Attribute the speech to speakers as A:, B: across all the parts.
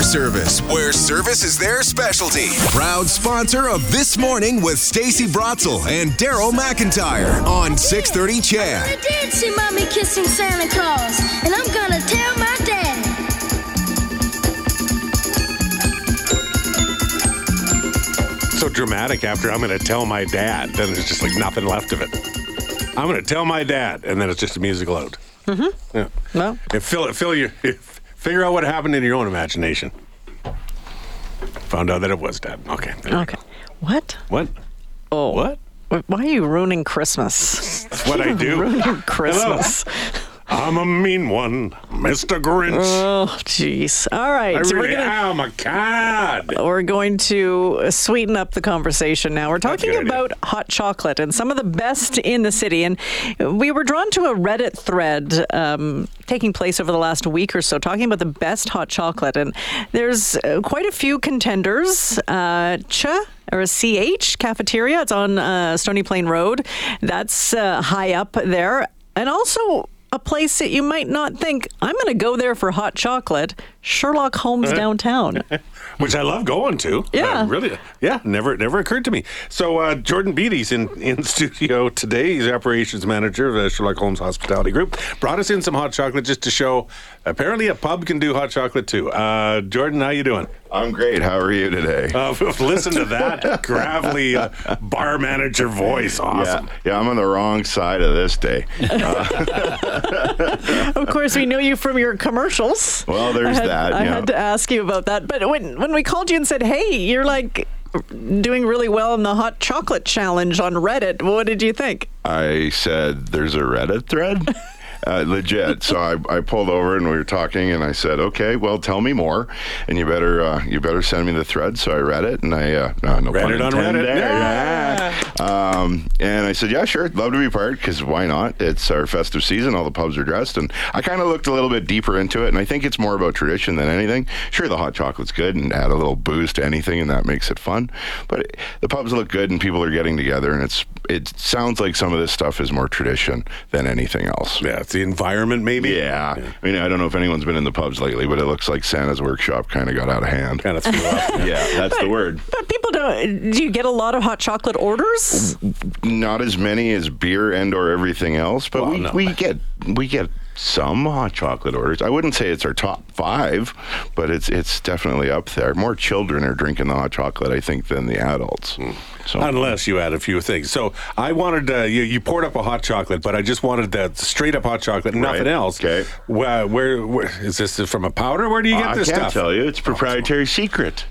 A: Service, where service is their specialty. Proud sponsor of This Morning with Stacy Bratzel and Daryl McIntyre on 630 Chad.
B: I did see mommy kissing Santa Claus, and I'm gonna tell my daddy.
C: So dramatic after I'm going to tell my dad. Then there's just like nothing left of it. I'm going to tell my dad. And then it's just a musical out. Mm-hmm. Yeah.
D: Well,
C: And fill, fill your, figure out what happened in your own imagination. Found out that it was dad. Okay. there you go.
D: okay. What?
C: What?
D: Oh.
C: What?
D: Wh- Why are you ruining Christmas?
C: That's what I do.
D: Ruining Christmas.
C: I'm a mean one, Mr. Grinch.
D: Oh, jeez. All right.
C: I
D: so
C: really
D: we're gonna-
C: am a cad.
D: we're going to sweeten up the conversation now. We're
C: a
D: talking
C: good idea.
D: about hot chocolate and some of the best in the city. And we were drawn to a Reddit thread um, taking place over the last week or so, talking about the best hot chocolate. And there's uh, quite a few contenders. Uh, Cha or a CH cafeteria. It's on uh, Stony Plain Road. That's uh, high up there. And also. A place that you might not think, I'm going to go there for hot chocolate, Sherlock Holmes downtown.
C: which I love going to.
D: Yeah.
C: Uh, really. Yeah, never never occurred to me. So uh, Jordan Beatty's in in studio today. He's operations manager of the Sherlock Holmes Hospitality Group. Brought us in some hot chocolate just to show. Apparently, a pub can do hot chocolate too. Uh, Jordan, how you doing?
E: I'm great. How are you today?
C: Uh, listen to that gravelly uh, bar manager voice. Awesome.
E: Yeah, yeah, I'm on the wrong side of this day.
D: Of course, we know you from your commercials.
E: Well, there's
D: I had,
E: that.
D: I
E: yeah.
D: had to ask you about that. But when when we called you and said, "Hey, you're like doing really well in the hot chocolate challenge on Reddit," what did you think?
E: I said, "There's a Reddit thread." Uh, legit. So I, I pulled over and we were talking, and I said, "Okay, well, tell me more, and you better uh, you better send me the thread." So I read it, and I uh, no, no pun
C: Reddit on
E: intended
C: Reddit.
E: there,
C: Yeah.
E: Um, and I said, "Yeah, sure, love to be part because why not? It's our festive season. All the pubs are dressed." And I kind of looked a little bit deeper into it, and I think it's more about tradition than anything. Sure, the hot chocolate's good, and add a little booze to anything, and that makes it fun. But it, the pubs look good, and people are getting together, and it's it sounds like some of this stuff is more tradition than anything else.
C: Yeah, it's the environment maybe.
E: Yeah, I mean, I don't know if anyone's been in the pubs lately, but it looks like Santa's workshop kind of got out of hand.
C: Kind of threw off.
E: Yeah, that's the word.
D: But people don't. Do you get a lot of hot chocolate orders?
E: not as many as beer and or everything else, but
C: Well,
E: we,
C: no.
E: we get we get some hot chocolate orders. I wouldn't say it's our top five, but it's it's definitely up there. More children are drinking the hot chocolate, I think, than the adults.
C: Hmm.
E: So
C: Unless you add a few things. So I wanted uh, you, you poured up a hot chocolate, but I just wanted that straight up hot chocolate, nothing
E: Right.
C: else.
E: Okay.
C: Where, where, where is this from a powder? Where do you get
E: I
C: this
E: can't
C: stuff?
E: tell you, it's proprietary secret.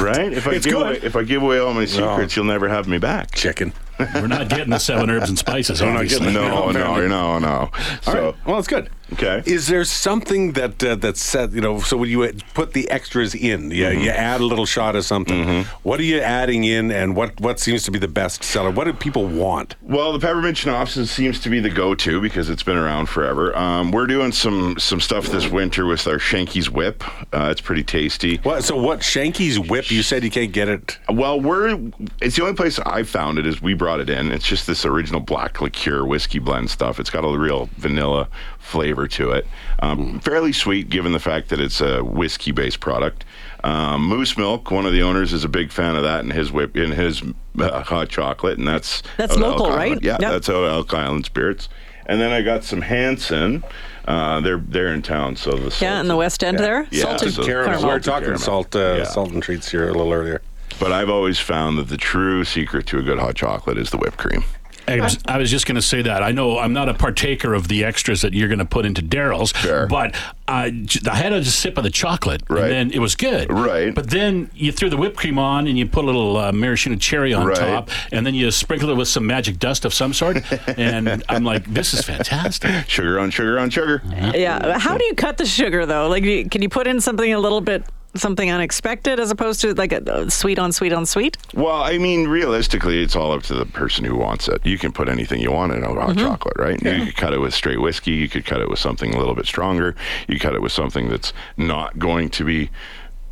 E: right? If I
C: It's
E: give
C: good.
E: away, if I give away all my secrets, you'll never have me back.
C: Chicken.
F: We're not getting the seven herbs and spices,
C: not
F: obviously.
C: getting
E: No,
C: Apparently.
E: no, no, no.
C: All right.
E: So
C: Well, it's good.
E: Okay.
C: Is there something that uh, that said you know? So when you uh, put the extras in, yeah,
E: Mm-hmm.
C: you add a little shot of something. What are you adding in, and what what seems to be the best seller? What do people want?
E: Well, the peppermint schnapps is- seems to be the go-to because it's been around forever. Um, we're doing some some stuff this winter with our Shanky's Whip. Uh, it's pretty tasty.
C: What, so what? Shanky's whip. You said you can't get it.
E: Well, we're it's the only place I found it is we brought it in. It's just this original black liqueur whiskey blend stuff. It's got a real vanilla flavor to it. Um, Fairly sweet, given the fact that it's a whiskey-based product. Um, Moose Milk, one of the owners, is a big fan of that in his whip in his uh, hot chocolate, and that's
D: That's
E: out of
D: local,
E: Elk
D: right?
E: Island. Yeah,
D: Yep.
E: that's out of Elk Island Spirits. And then I got some Hanson. Uh, they're they're in town, so the
D: Yeah, in the West End there,
E: Mm, Yeah,
D: salted
E: so-
C: Caramel. We
D: caramel.
C: were talking
E: Caramel.
C: salt uh,
E: Yeah.
C: salt and treats here a little earlier.
E: But I've always found that the true secret to a good hot chocolate is the whipped cream.
F: I was, I was just going to say that. I know I'm not a partaker of the extras that you're going to put into Daryl's,
E: Sure.
F: but I, j- I had a sip of the chocolate,
E: Right.
F: and then it was good.
E: Right.
F: But then you threw the whipped cream on, and you put a little uh, maraschino cherry on
E: Right.
F: top, and then you sprinkle it with some magic dust of some sort. and I'm like, this is fantastic.
E: Sugar on sugar on sugar.
D: Mm-hmm. Yeah. How do you cut the sugar though? Like, do you- can you put in something a little bit? Something unexpected, as opposed to like a, a sweet on sweet on sweet.
E: Well, I mean, realistically, it's all up to the person who wants it. You can put anything you want in a hot chocolate, right? You could cut it with straight whiskey. You could cut it with something a little bit stronger. You cut it with something that's not going to be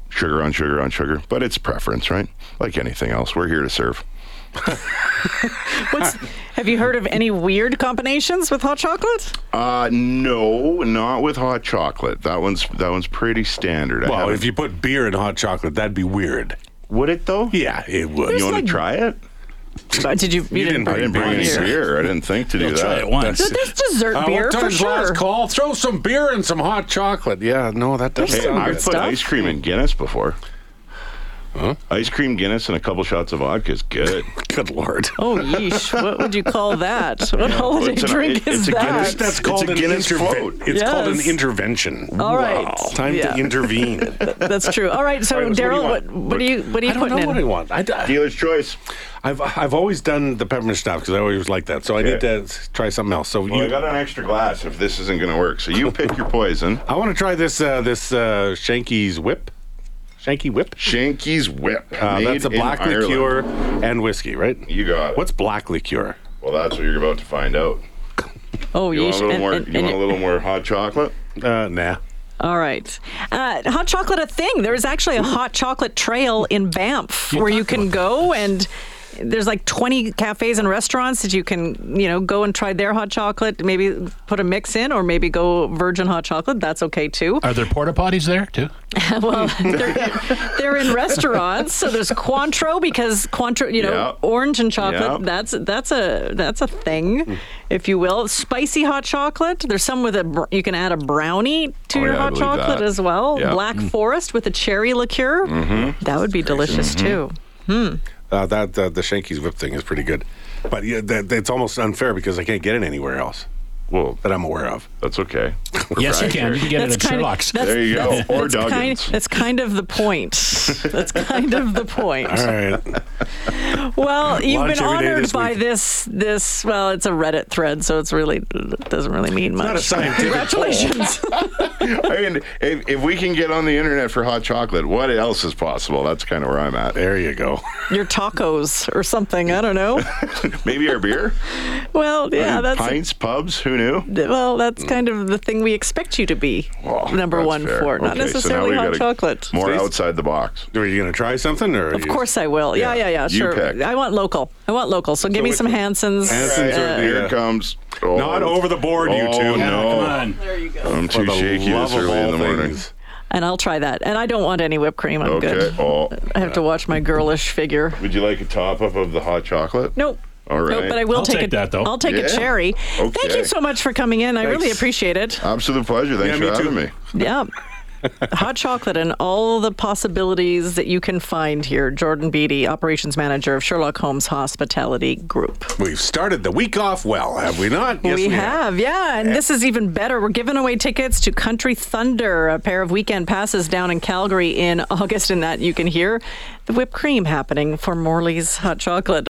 E: sugar on sugar on sugar, but it's preference, right? Like anything else, we're here to serve.
D: What's, have you heard of any weird combinations with hot chocolate?
E: Uh, no, not with hot chocolate. That one's that one's pretty standard. I
C: Well,
E: haven't-
C: if you put beer in hot chocolate, that'd be weird.
E: would it though?
C: Yeah, it would.
E: You want
D: like-
E: to try it?
D: But did you?
C: You didn't
E: I didn't bring any
C: Beer.
E: beer. I didn't think to do
F: I'll
E: that.
F: try it once.
D: But There's dessert
C: Uh,
D: beer
C: what
D: for
C: time's
D: sure.
C: last call? Throw some beer and some hot chocolate. Yeah, no, that doesn't
E: Hey,
C: sound
E: I've
C: good.
E: put
D: stuff.
E: ice cream in Guinness before. Ice cream Guinness and a couple shots of vodka is good.
C: Good lord.
D: Oh yeesh! What would you call that? What holiday
E: it's an-
D: drink
E: it-
D: is
E: it's a
D: that?
E: Guinness-
C: That's
E: It's
C: called
E: a
C: an
E: Guinness
C: intervention.
E: float.
C: It's called an
D: Yes.
C: intervention.
D: All right.
C: Wow. Time
D: Yeah.
C: to intervene. All
D: That's true. All right, so
C: right, do you
D: Daryl, what,
C: want?
D: what do you what are you
C: I don't
D: putting
C: know
D: in?
C: what I want. I, d-
E: Dealer's choice.
C: I've I've always done the peppermint stuff because I always like that. So I need
E: Okay.
C: to s- try something else. So
E: Well,
C: you,
E: I got an extra glass if this isn't going to work. So you pick your poison.
C: I want to try this uh, this uh, Shanky's whip. Shanky whip.
E: Shanky's Whip.
C: Uh,
E: made
C: that's a
E: in
C: black
E: Ireland.
C: liqueur and whiskey, right?
E: You got it.
C: What's black liqueur?
E: Well, that's what you're about to find out.
D: Oh
E: You want
D: yeesh!
E: a little
D: And-
E: more?
D: and-
E: You
D: and-
E: want a little more hot chocolate?
C: Uh, nah.
D: all right, uh, hot chocolate a thing. There is actually a hot chocolate trail in Banff where you can go and. There's like 20 cafes and restaurants that you can, you know, go and try their hot chocolate. Maybe put a mix in, or maybe go virgin hot chocolate. That's okay too.
F: Are there porta potties there too?
D: Well,
E: Hmm.
D: they're, they're in restaurants, so there's Cointreau because Cointreau, you know,
E: Yep.
D: orange and chocolate.
E: Yep.
D: That's that's a that's a thing, if you will. Spicy hot chocolate. There's some with a br- you can add a brownie to
E: Oh,
D: your
E: yeah, I
D: hot
E: believe
D: chocolate
E: that.
D: as well.
E: Yep. Mm. Mm-hmm.
D: Black forest with a cherry liqueur. That would be delicious too.
F: Mm-hmm.
C: Uh, that uh, the Shanky's whip thing is pretty good, but yeah, that, that's almost unfair because I can't get it anywhere else
E: Well,
C: that I'm aware of.
E: that's okay.
F: yes, you can. You can get it at Sherlock's.
D: Of, that's,
E: There you go.
D: that's-
E: Or
D: that's kind,
E: Duggins.
D: that's kind of the point. That's kind of the point.
C: All right,
D: Well, you've
C: Lunch
D: been
C: every day
D: honored
C: this
D: by
C: week.
D: this. This well, it's a Reddit thread, so it's really it doesn't really mean much.
C: not a scientific
D: Congratulations!
E: I mean, if, if we can get on the internet for hot chocolate, what else is possible? That's kind of where I'm at.
C: there you go.
D: Your tacos or something. I don't know.
E: Maybe our beer,
D: Well, yeah, that's
E: pints, pubs. Who knew?
D: well, that's kind of the thing we expect you to be
E: Mm. Well,
D: number
E: Oh, that's
D: one
E: fair.
D: for, not
E: Okay, so now
D: necessarily
E: we
D: hot
E: gotta-
D: chocolate.
E: More
C: Stace-
E: outside the box.
C: Are you going to try something or?
D: Of course, I will. Yeah, yeah, yeah.
E: You
D: Sure.
E: pick.
D: I want local. I want local. So, give me
C: which
D: some
C: one?
D: Hansons.
C: Hanson's or the-
E: Here
C: Yeah.
E: it comes. Oh.
C: Not over the board, you
E: oh,
C: two.
E: No,
F: Come on.
E: I'm too shaky this early in the morning.
D: and I'll try that. And I don't want any whipped cream. I'm
E: Okay.
D: good.
E: Oh,
D: I have to watch my girlish figure.
E: would you like a top up of the hot chocolate?
D: Nope.
E: All
D: Nope,
E: right.
D: but I will
F: I'll
D: take,
F: take
D: a,
F: that, though.
D: I'll take a
E: Yeah.
D: cherry. Thank you
E: Okay. Uh,
D: so much for coming in. I really
C: Thanks.
D: appreciate it.
E: Absolute pleasure. Thanks
C: Yeah, me
E: for having
C: too.
E: me.
D: Yeah. Hot chocolate and all the possibilities that you can find here. Jordan Beatty, operations manager of Sherlock Holmes Hospitality Group.
C: We've started the week off well, have we not? Yes,
D: we have, yeah, and this is even better. We're giving away tickets to Country Thunder, a pair of weekend passes down in Calgary in August, and that you can hear the whipped cream happening for Morley's Hot Chocolate.